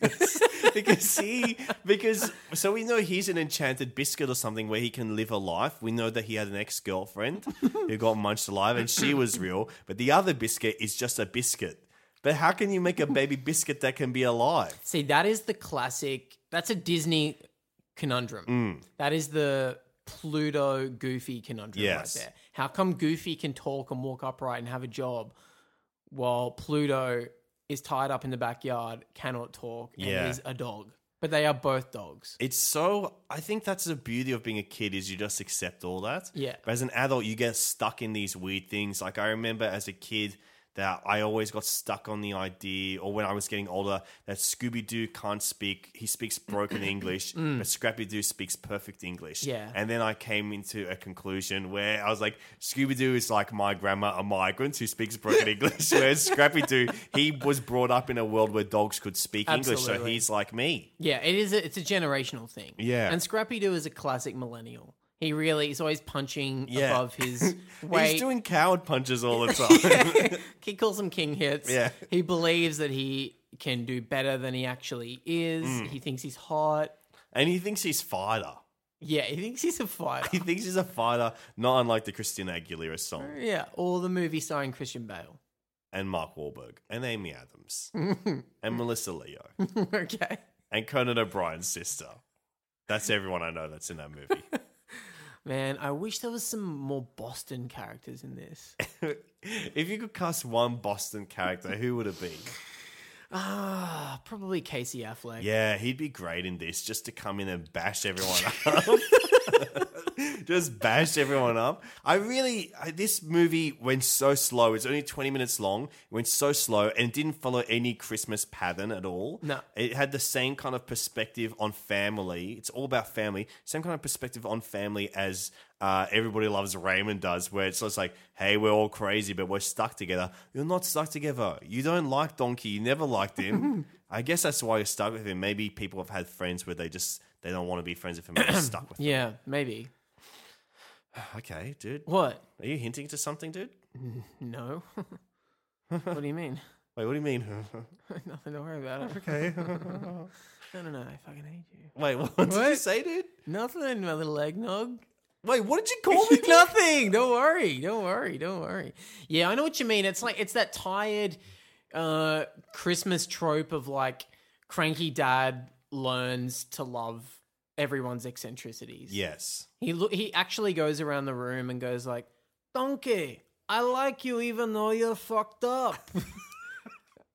because he, because so we know he's an enchanted biscuit or something where he can live a life. We know that he had an ex girlfriend who got munched alive and she was real, but the other biscuit is just a biscuit. But how can you make a baby biscuit that can be alive?
See, that is the classic. That's a Disney conundrum.
Mm.
That is the Pluto Goofy conundrum
Yes.
right there. How come Goofy can talk and walk upright and have a job while Pluto is tied up in the backyard, cannot talk, and
Yeah.
is a dog? But they are both dogs.
It's so. I think that's the beauty of being a kid is you just accept all that.
Yeah.
But as an adult, you get stuck in these weird things. Like I remember as a kid that I always got stuck on the idea, or when I was getting older, that Scooby Doo can't speak. He speaks broken English,
Mm.
but Scrappy Doo speaks perfect English.
Yeah.
And then I came into a conclusion where I was like, Scooby Doo is like my grandma, a migrant who speaks broken English, whereas Scrappy Doo, he was brought up in a world where dogs could speak English, so
Absolutely.
he's like me.
Yeah, it is. A, it's a generational thing.
Yeah.
and Scrappy Doo is a classic millennial. He really is always punching
Yeah.
above his
He's
weight.
doing coward punches all the time.
he calls them king hits.
Yeah.
he believes that he can do better than he actually is.
Mm.
He thinks he's hot.
and he thinks he's fighter.
Yeah, he thinks he's a fighter.
He thinks he's a fighter, not unlike the Christina Aguilera song.
yeah, or the movie starring Christian Bale.
And Mark Wahlberg. And Amy Adams. and Melissa Leo.
okay.
And Conan O'Brien's sister. That's everyone I know that's in that movie.
Man, I wish there was some more Boston characters in this.
if you could cast one Boston character, who would it be?
Ah, probably Casey Affleck.
Yeah, he'd be great in this just to come in and bash everyone up. just bash everyone up. I really, I, this movie went so slow. It's only 20 minutes long. It went so slow and it didn't follow any Christmas pattern at all.
No.
It had the same kind of perspective on family. It's all about family. Same kind of perspective on family as uh, Everybody Loves Raymond does, where it's just like, hey, we're all crazy, but we're stuck together. You're not stuck together. You don't like Donkey. You never liked him. I guess that's why you're stuck with him. Maybe people have had friends where they just they don't want to be friends with him. and They're stuck with
Yeah, maybe.
him. Okay, dude.
What?
Are you hinting to something, dude?
No. what do you mean?
Wait, what do you mean?
Nothing to worry about.
Okay.
no, no, no. I fucking hate you.
Wait, what did you
What?
say, dude?
Nothing, my little eggnog.
Wait, what did you call me?
Nothing. Don't worry. Don't worry. Don't worry. Yeah, I know what you mean. It's like it's that tired uh Christmas trope of like cranky dad learns to love everyone's eccentricities.
yes.
He lo- he actually goes around the room and goes like, "Donkey, I like you even though you're fucked up."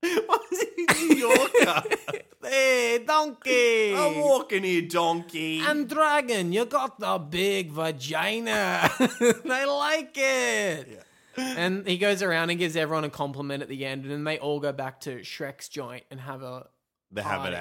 Why is he New Yorker?
hey, donkey.
I'm walking here, donkey.
And dragon, you got the big vagina. they like it. And he goes around and gives everyone a compliment at the end, and then they all go back to Shrek's joint and have a.
they have it
party.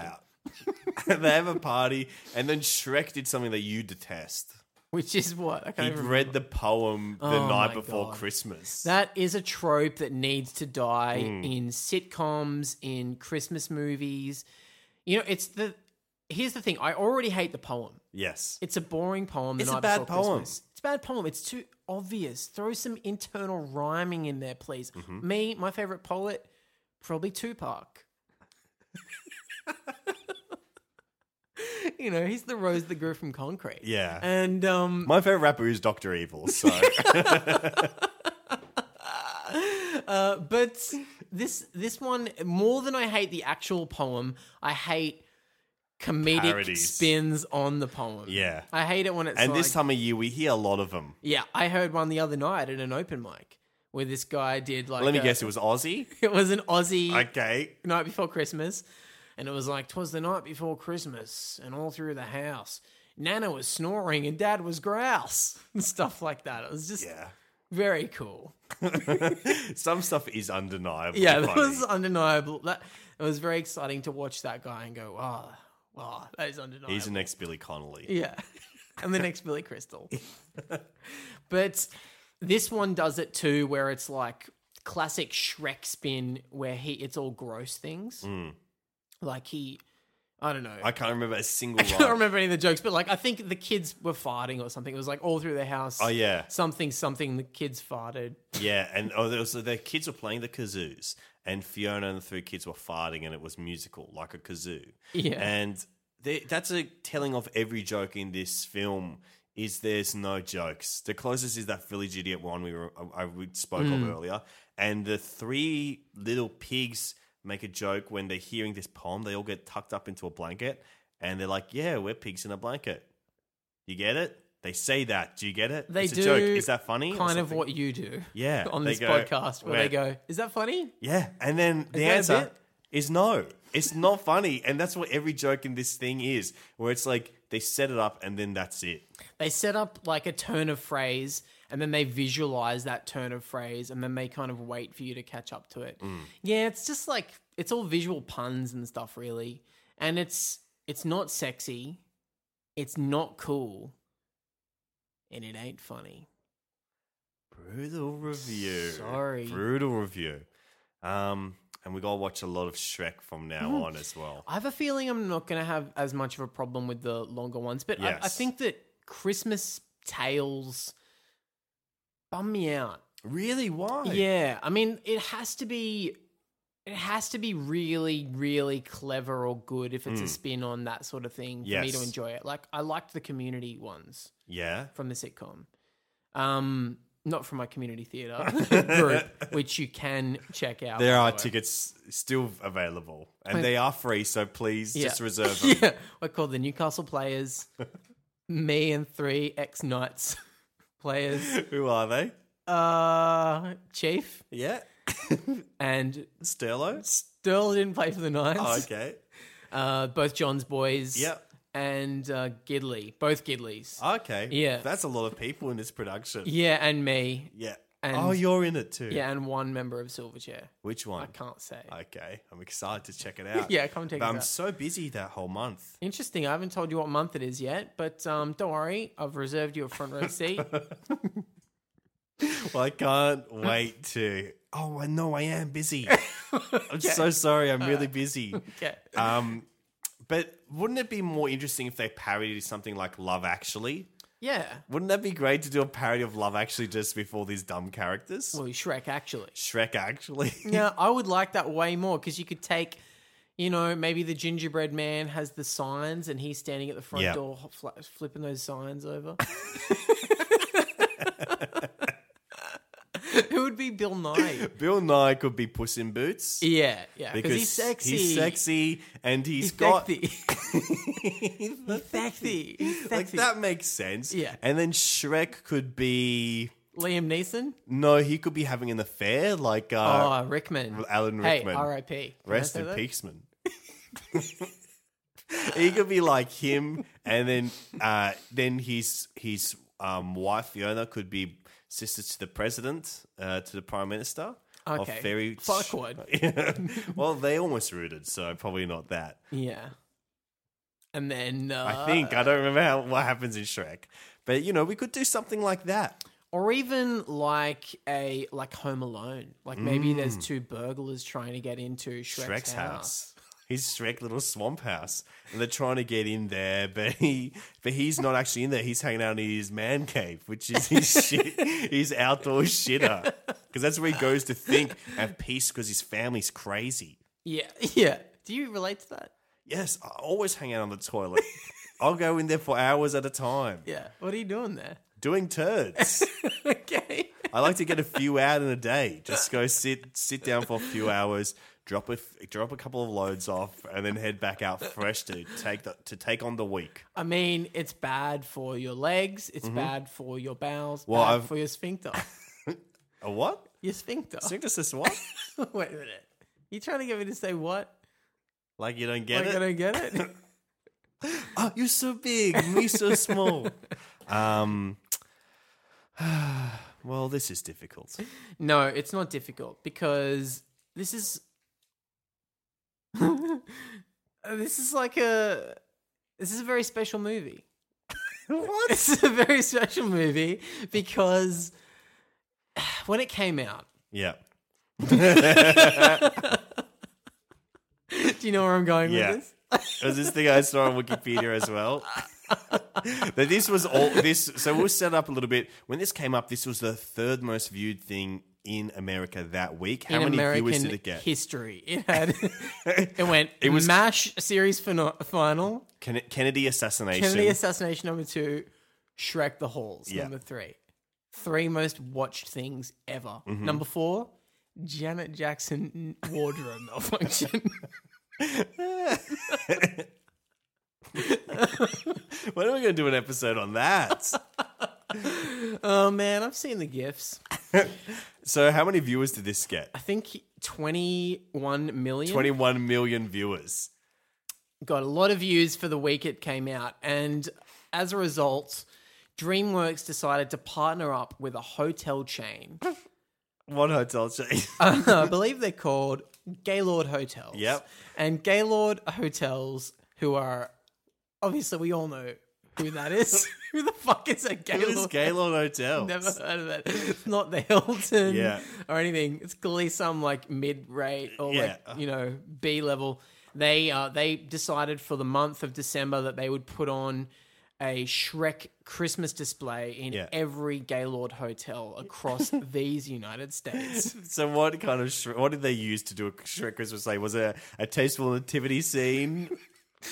out. they have a party, and then Shrek did something that you detest.
Which is what? I
He
can't even
read the poem the
Oh
night
my
before
God.
Christmas.
That is a trope that needs to die in sitcoms, in Christmas movies. You know, it's the. Here's the thing. I already hate the poem.
yes.
It's a boring poem. The
It's a
night
bad
before
poem.
Christmas. It's a bad poem. It's too obvious. Throw some internal rhyming in there, please.
Mm-hmm.
Me, my favorite poet, probably Tupac. you know, he's the rose that grew from concrete.
Yeah.
And um,
My favorite rapper is Doctor Evil. So
Uh, but this this one more than I hate the actual poem, I hate comedic
Parodies.
spins on the poem.
Yeah.
I hate it when it's
and this
like-
time of year, we hear a lot of them.
Yeah, I heard one the other night at an open mic where this guy did like
Let me
a-
guess, it was Aussie.
it was an Aussie
Okay.
night before Christmas, and it was like 'twas the night before Christmas, and all through the house, Nana was snoring and Dad was grouse and stuff like that. It was just
Yeah.
very cool.
Some stuff is undeniable.
Yeah, that was undeniable. That it was very exciting to watch that guy and go, wow, wow, that is undeniable.
He's the next Billy Connolly.
yeah, and the next Billy Crystal. but this one does it too, where it's like classic Shrek spin, where he it's all gross things.
Mm.
Like he, I don't know.
I can't remember a single
I
line.
can't remember any of the jokes, but like I think the kids were farting or something. It was like all through the house.
Oh, yeah.
something, something. The kids farted.
Yeah, and oh, there was, the kids were playing the kazoos, and Fiona and the three kids were farting, and it was musical, like a kazoo.
Yeah.
and they, that's a telling of every joke in this film. Is there's no jokes. The closest is that village idiot one we were, I, we spoke
Mm.
of earlier, and the three little pigs make a joke when they're hearing this poem. They all get tucked up into a blanket, and they're like, "Yeah, we're pigs in a blanket." You get it? They say that. Do you get it?
They
it's
do
a joke. Is that funny? or
Kind of
something?
what you do.
Yeah,
on
they
this
go,
podcast where they
"Where-
go, is that funny?
Yeah, and then
that
the
a
answer
bit?
is no. It's not funny. And that's what every joke in this thing is, where it's like they set it up and then that's it.
They set up like a turn of phrase and then they visualize that turn of phrase and then they kind of wait for you to catch up to it.
Mm.
Yeah, it's just like it's all visual puns and stuff really. And it's it's not sexy. It's not cool. And it ain't funny.
Brutal review.
Sorry.
Brutal review. Um, and we gotta watch a lot of Shrek from now
Mhm.
on as well.
I have a feeling I'm not going to have as much of a problem with the longer ones, but I, I
Yes.
think that Christmas tales bum me out.
Really? Why?
Yeah, I mean, it has to be. It has to be really, really clever or good if it's a
Mm.
spin on that sort of thing for me
Yes.
to enjoy it. Like I liked the community ones
Yeah.
from the sitcom, um, not from my community theater group, which you can check out.
There
by
are
the way.
tickets still available,
I-
and they are free. So please just
Yeah.
reserve them.
yeah, we're called the Newcastle Players. me and three ex Knights players.
Who are they?
Uh, Chief
Yeah,
and
Sterlo.
Sterl didn't play for the Knights.
Oh, okay.
Uh, both John's boys.
Yep. Oh.
And uh, Gidley, both Gidleys.
Okay.
Yeah.
That's a lot of people in this production.
yeah, and me.
Yeah.
And
oh, you're in it too.
Yeah, and one member of Silverchair.
Which one?
I can't say.
Okay. I'm excited to check it out.
Yeah, come check
But
it
I'm
out.
so busy that whole month.
Interesting. I haven't told you what month it is yet, but um, don't worry, I've reserved you a front row seat.
Well, I can't wait to. Oh, I know I am busy. I'm so sorry. I'm really busy.
Uh, Okay.
Um, but wouldn't it be more interesting if they parodied something like Love Actually?
yeah.
Wouldn't that be great to do a parody of Love Actually just before these dumb characters?
Well, Shrek actually.
Shrek actually.
Yeah, I would like that way more because you could take, you know, maybe the gingerbread man has the signs and he's standing at the front
Yeah.
door ho- fla flipping those signs over. Who would be Bill Nye?
Bill Nye could be Puss in Boots.
Yeah, yeah, 'cause he's sexy.
He's sexy, and
He's
he's got
sexy. He's sexy. He's
like
sexy.
that makes sense.
Yeah.
and then Shrek could be
Liam Neeson?
no, he could be having an affair like uh,
oh, Rickman.
Alan Rickman.
Hey, R.I.P. Can I
Rest
say
in
that?
Peaksman. he could be like him, and then uh, then his his um, wife Fiona could be sister to the president, uh, to the prime minister. of
Okay.
very
Fuckwad.
well, they almost rooted, so probably not that.
Yeah. And then. Uh,
I think I don't remember how, what happens in Shrek, but you know we could do something like that.
or even like a like Home Alone. Like maybe there's
Mm.
two burglars trying to get into Shrek's,
Shrek's,
house.
house. His Shrek little swamp house, and they're trying to get in there, but he, but he's not actually in there. He's hanging out in his man cave, which is his shit, his outdoor shitter, because that's where he goes to think have peace, because his family's crazy.
Yeah, yeah. Do you relate to that?
Yes, I always hang out on the toilet. I'll go in there for hours at a time,
Yeah. What are you doing there?
doing turds.
okay.
I like to get a few out in a day. Just go sit sit down for a few hours, drop a f- drop a couple of loads off, and then head back out fresh to take the, to take on the week.
I mean, it's bad for your legs. It's
Mhm.
bad for your bowels.
Well,
bad
I've-
for your sphincter.
A what?
Your sphincter.
Syncresis what?
Wait a minute. You trying to get me to say what?
Like you don't get
like
it?
I don't get it.
Oh, you're so big, me so small. um. Well, this is difficult.
no, it's not difficult because this is Uh, this is like a this is a very special movie.
what?
This is a very special movie because when it came out,
Yeah.
do you know where I'm going
Yeah.
with this?
It was this thing I saw on Wikipedia as well. that this was all this. So we'll set up a little bit. When this came up, this was the third most viewed thing in America that week. How
In
many
American
viewers did it get?
history, it had it went.
It
It
was-
was Mash series fino- final,
Ken- Kennedy assassination.
Kennedy assassination number two, Shrek the Halls
Yeah.
number three, three most watched things ever.
Mhm.
Number four, Janet Jackson n- wardrobe malfunction.
when are we going to do an episode on that?
oh man, I've seen the gifs.
so how many viewers did this get?
I think 21 million.
21 million viewers.
Got a lot of views for the week it came out. And as a result, DreamWorks decided to partner up with a hotel chain.
One hotel chain.
Uh, I believe they're called Gaylord Hotels.
Yep.
And Gaylord Hotels, who are obviously we all know who that is. who the fuck is a
It
Gaylord?
was Gaylord Hotel.
Never heard of it. It's not the Hilton
Yeah.
or anything. It's clearly some like mid rate or
Yeah.
like, you know, B level. They uh, they decided for the month of December that they would put on a Shrek Christmas display in
Yeah.
every Gaylord hotel across these United States.
So what kind of Shrek, what did they use to do a Shrek Christmas play? Was it a, a tasteful nativity scene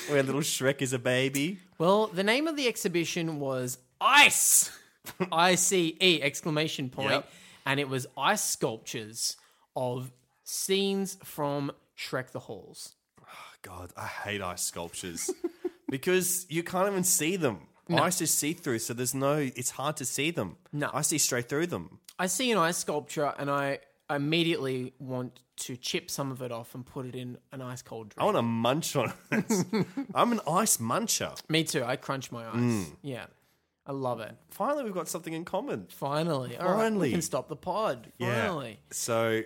where little Shrek is a baby?
Well, the name of the exhibition was Ice, I C E exclamation point,
Yep.
and it was ice sculptures of scenes from Shrek the Halls.
God, I hate ice sculptures because you can't even see them. Ice is see through, so there's no. It's hard to see them. No, I see straight through them.
I see an ice sculpture, and I immediately want to chip some of it off and put it in an ice cold drink.
I want to munch on it. I'm an ice muncher.
Me too. I crunch my ice.
Mm.
Yeah, I love it.
Finally, we've got something in common.
Finally, all right, we
Finally.
can stop the pod. Finally.
Yeah. So,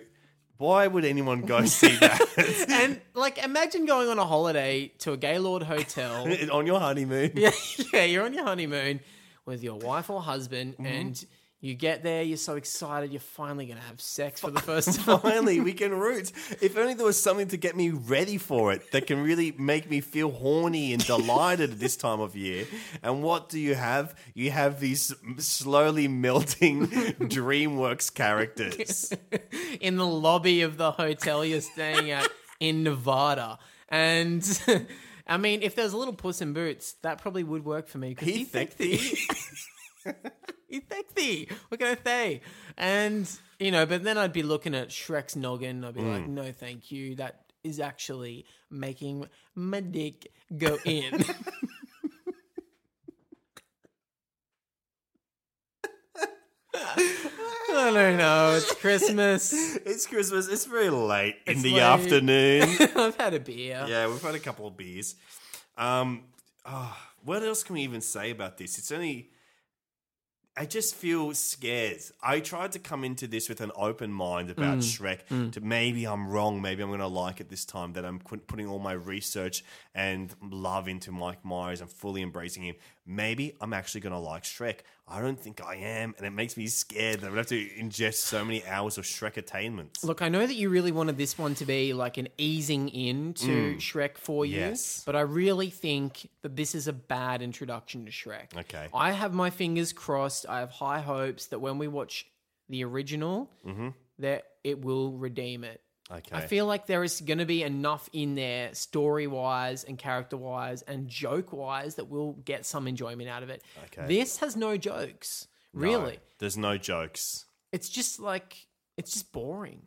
why would anyone go see that
and like imagine going on a holiday to a Gaylord hotel
on your honeymoon?
Yeah, yeah, you're on your honeymoon with your wife or husband, and you get there, you're so excited, you're finally gonna have sex for the first time.
Finally, we can root. If only there was something to get me ready for it that can really make me feel horny and delighted at this time of year. And what do you have? You have these slowly melting DreamWorks characters.
in the lobby of the hotel you're staying at in Nevada, and. I mean, if there's a little puss in boots, that probably would work for me. 'cause
He
thick
thick
thee. he thick thee. We're going to thay. And, you know, but then I'd be looking at Shrek's noggin. I'd be like,
Mm.
no, thank you. That is actually making my dick go in. I don't know. It's Christmas.
It's Christmas. It's very late in
It's
the
late.
afternoon.
I've had a beer.
Yeah, we've had a couple of beers. Um, oh, what else can we even say about this? It's only. I just feel scared. I tried to come into this with an open mind about
Mm,
Shrek. To maybe I'm wrong. Maybe I'm going to like it this time. That I'm qu- putting all my research and love into Mike Myers. I'm fully embracing him. Maybe I'm actually going to like Shrek. I don't think I am, and it makes me scared that I'm going to have to ingest so many hours of Shrek attainment.
Look, I know that you really wanted this one to be like an easing in to
Mm.
Shrek for you,
Yes.
but I really think that this is a bad introduction to Shrek.
Okay.
I have my fingers crossed. I have high hopes that when we watch the original,
Mm-hmm.
that it will redeem it.
Okay.
I feel like there is going to be enough in there, story wise and character wise and joke wise, that we'll get some enjoyment out of it.
Okay.
This has no jokes,
No,
really.
there's no jokes.
It's just like, it's just boring.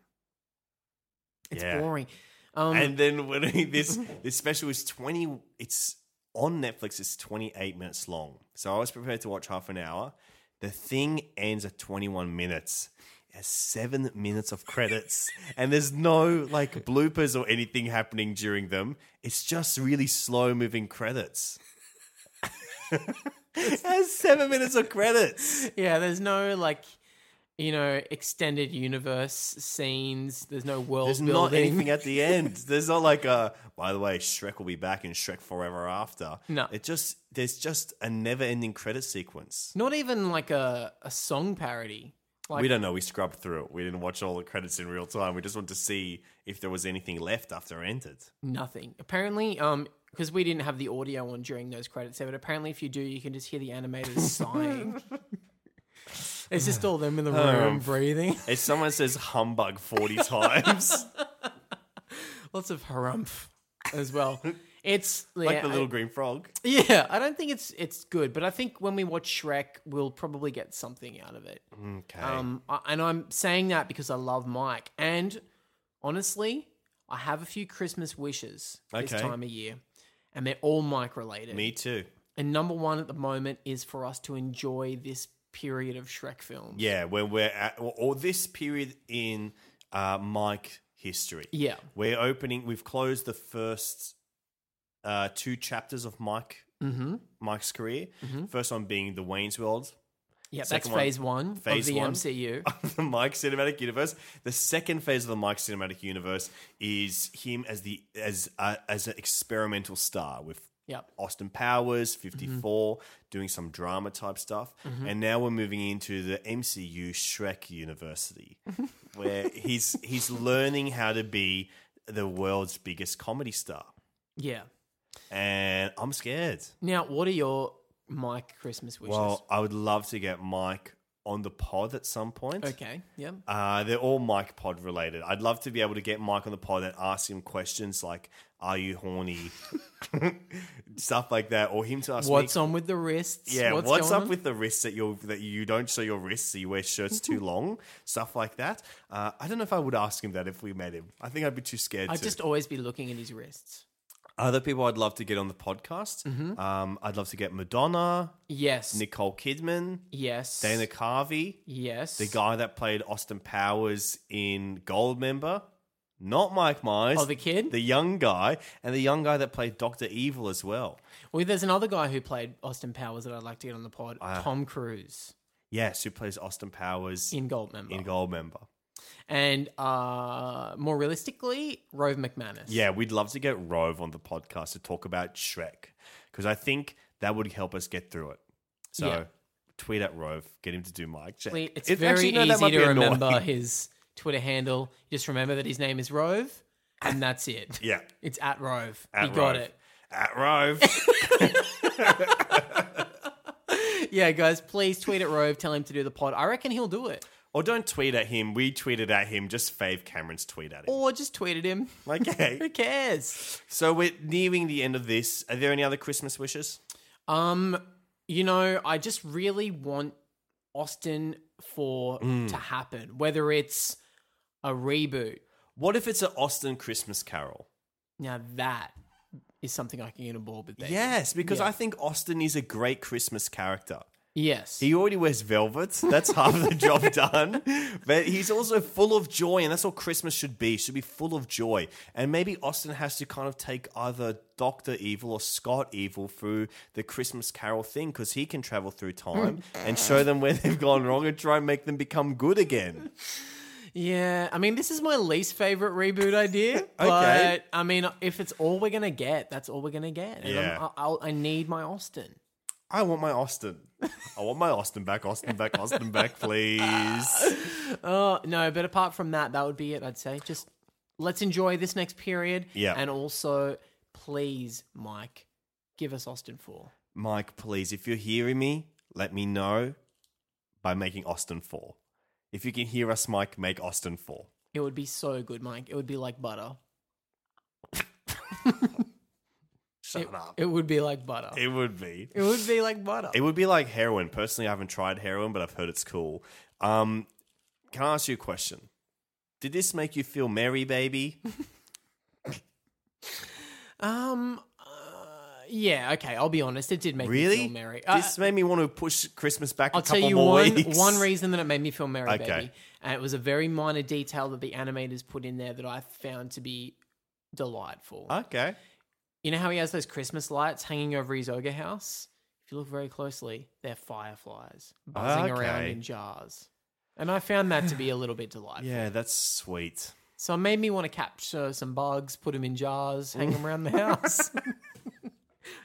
It's
Yeah.
boring. Um,
and then when he- this this special is twenty, it's on Netflix. It's twenty eight minutes long. So I was prepared to watch half an hour. The thing ends at twenty one minutes. It has seven minutes of credits, and there's no like bloopers or anything happening during them. It's just really slow moving credits. it has seven minutes of credits.
yeah, there's no like, you know, extended universe scenes. There's no world
There's
building.
not anything at the end. There's not like a. By the way, Shrek will be back in Shrek Forever After.
No.
it just there's just a never-ending credit sequence.
Not even like a, a song parody. Like,
we don't know. We scrubbed through it. We didn't watch all the credits in real time. We just wanted to see if there was anything left after it ended.
Nothing. Apparently, um, because we didn't have the audio on during those credits there, but apparently if you do, you can just hear the animators sighing. It's just all them in the room
Um,
breathing.
If someone says humbug forty times,
Lots of harumph as well. It's
like
yeah,
the little
I-
green frog.
Yeah, I don't think it's it's good, but I think when we watch Shrek, we'll probably get something out of it.
Okay.
Um, I, and I'm saying that because I love Mike, and honestly, I have a few Christmas wishes this
Okay.
time of year, and they're all Mike related.
Me too.
And number one at the moment is for us to enjoy this period of Shrek films.
Yeah, when we're at, or, or this period in uh, Mike history.
Yeah.
We're opening, we've closed the first uh, two chapters of Mike
Mm-hmm.
Mike's career.
Mhm.
First one being the Wayne's World.
Yeah,
Second
that's phase one of the MCU.
of the Mike Cinematic Universe. The second phase of the Mike Cinematic Universe is him as the as uh, as an experimental star with
Yep.
Austin Powers, 54, doing some drama type stuff.
Mhm.
And now we're moving into the MCU Shrek University, where he's he's learning how to be the world's biggest comedy star.
Yeah.
And I'm scared.
Now, what are your Mike Christmas wishes?
Well, I would love to get Mike on the pod at some point.
okay. Yeah.
Uh, they're all Mike Pod related. I'd love to be able to get Mike on the pod and ask him questions like, "Are you horny?" stuff like that, or him to ask me-
What's on with the wrists?
Yeah, what's,
going
up
on?
with the wrists that you that you don't show your wrists, so you wear shirts too long, stuff like that. Uh, I don't know if I would ask him that if we met him. I think I'd be too scared.
I'd
to.
just always be looking at his wrists.
other people I'd love to get on the podcast.
Mhm.
Um, I'd love to get Madonna,
Yes.
Nicole Kidman,
Yes.
Dana Carvey,
Yes.
the guy that played Austin Powers in Goldmember, not Mike Myers.
Oh, the kid?
the young guy, and the young guy that played Doctor Evil as well.
Well, there's another guy who played Austin Powers that I'd like to get on the pod.
Ah.
Tom Cruise
Yes, who plays Austin Powers
in Goldmember.
in Goldmember.
and uh, more realistically, Rove McManus.
Yeah, we'd love to get Rove on the podcast to talk about Shrek because I think that would help us get through it. So
Yeah.
tweet at Rove, get him to do mic check.
Actually, It's,
It-
very
actually, no, that
easy
might
to
be annoying.
remember his Twitter handle. Just remember that his name is Rove, and that's it.
Yeah.
It's at Rove.
At
you got
Rove.
it.
At Rove.
Yeah, guys, please tweet at Rove. Tell him to do the pod. I reckon he'll do it.
or don't tweet at him. We tweeted at him. Just fave Cameron's tweet at him.
Or just tweet at him.
Okay.
Who cares?
So we're nearing the end of this. Are there any other Christmas wishes?
Um, you know, I just really want Austin for
Mm.
to happen, whether it's a reboot.
What if it's an Austin Christmas Carol?
Now that is something I can get aboard with. David.
Yes, because
Yeah.
I think Austin is a great Christmas character.
yes,
He already wears velvet. That's half the job done. But he's also full of joy, and that's what Christmas should be. It should be full of joy. And maybe Austin has to kind of take either Doctor Evil or Scott Evil through the Christmas Carol thing because he can travel through time and show them where they've gone wrong and try and make them become good again.
yeah. I mean, this is my least favorite reboot idea. But I mean, if it's all we're gonna get, that's all we're gonna get. And I'm-
Yeah.
I- I'll, I need my Austin.
I want my Austin. I want my Austin back. Austin back. Austin back, please.
Oh no! But apart from that, that would be it. I'd say just let's enjoy this next period.
Yeah.
and also please, Mike, give us Austin Four.
Mike, please, if you're hearing me, let me know by making Austin 4. If you can hear us, Mike, make Austin 4.
It would be so good, Mike. It would be like butter.
Shut
it,
up.
It would be like butter.
It would be.
It would be like butter.
It would be like heroin. Personally, I haven't tried heroin, but I've heard it's cool. Um, can I ask you a question? Did this make you feel merry, baby?
um. uh, yeah. Okay. I'll be honest. It did make
really?
me feel merry. Uh,
this made me want to push Christmas back a
I'll
couple
tell you
more
one
weeks.
one reason that it made me feel merry,
Okay.
baby. And it was a very minor detail that the animators put in there that I found to be delightful.
Okay.
You know how he has those Christmas lights hanging over his ogre house? If you look very closely, they're fireflies buzzing around
Okay.
in jars. And I found that to be a little bit delightful.
Yeah, that's sweet.
So it made me want to capture some bugs, put them in jars, hang them around the house.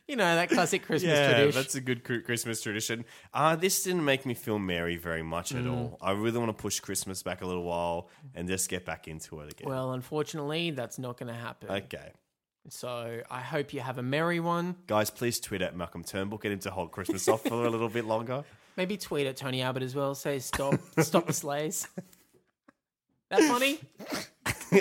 you know, that classic Christmas
yeah,
tradition.
that's a good cr- Christmas tradition. Uh, this didn't make me feel merry very much
Mm.
at all. I really want to push Christmas back a little while and just get back into it again.
Well, unfortunately, that's not going to happen.
okay.
So I hope you have a merry one.
Guys, please tweet at Malcolm Turnbull. Get him to hold Christmas off for a little bit longer.
Maybe tweet at Tony Abbott as well. Say stop, stop the sleighs. That funny?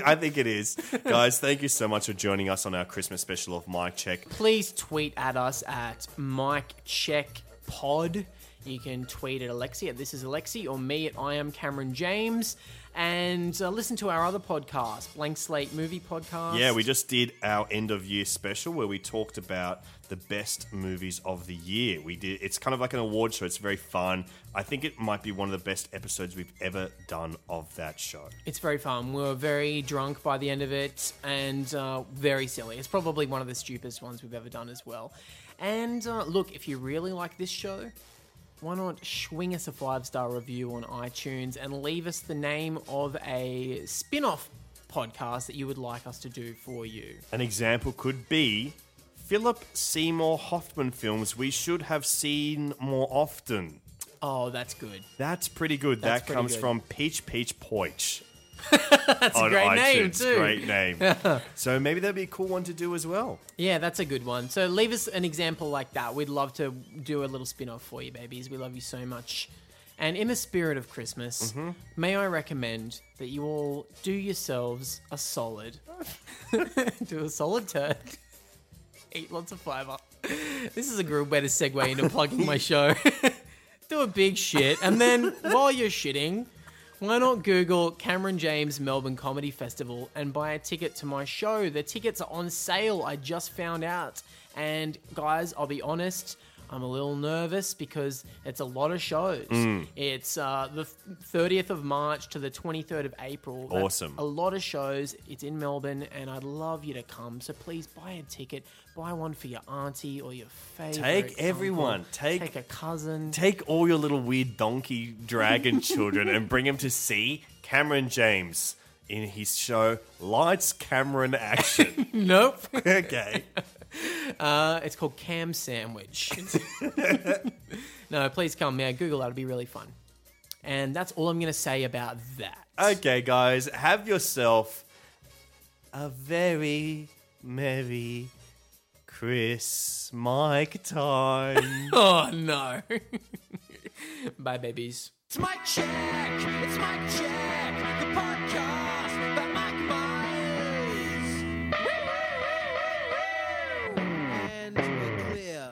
I think it is. Guys, thank you so much for joining us on our Christmas special of Mike Check.
please tweet at us at Mike Check Pod. You can tweet at Alexi at This Is Alexi or me at I Am Cameron James. and uh, listen to our other podcast, Blank Slate Movie Podcast.
Yeah, we just did our end of year special where we talked about the best movies of the year. We did it's kind of like an award show. It's very fun. I think it might be one of the best episodes we've ever done of that show.
It's very fun. We were very drunk by the end of it and uh, very silly. It's probably one of the stupidest ones we've ever done as well. And uh, look, if you really like this show, why not swing us a five star review on iTunes and leave us the name of a spin off podcast that you would like us to do for you?
An example could be Philip Seymour Hoffman films we should have seen more often.
Oh, that's good.
That's pretty good.
That's
that
pretty
comes
good.
from Peach Peach Poich.
That's a
on
great name,
iTunes.
too.
Great name. so maybe that'd be a cool one to do as well.
Yeah, that's a good one. So leave us an example like that. We'd love to do a little spin off for you, babies. We love you so much. And in the spirit of Christmas,
Mhm.
may I recommend that you all do yourselves a solid. do a solid turd. Eat lots of fiber. This is a good way to segue into plugging my show. do a big shit. And then while you're shitting, why not Google Cameron James Melbourne Comedy Festival and buy a ticket to my show? The tickets are on sale, I just found out. And guys, I'll be honest, I'm a little nervous because it's a lot of shows.
Mm.
It's uh, the 30th of March to the 23rd of April. That's
Awesome.
a lot of shows. It's in Melbourne, and I'd love you to come. So please buy a ticket. Buy one for your auntie or your favorite.
Take everyone. Take-
take a cousin.
Take all your little weird donkey dragon children and bring them to see Cameron James in his show Lights Cameron Action.
nope.
okay.
Uh, it's called Cam Sandwich. no, please come. Yeah, Google that. It'll be really fun. And that's all I'm going to say about that.
Okay, guys, have yourself a very merry Chris Mike time.
oh, no. Bye, babies.
It's my check. It's my check. The podcast by Mike Myers. And we're clear.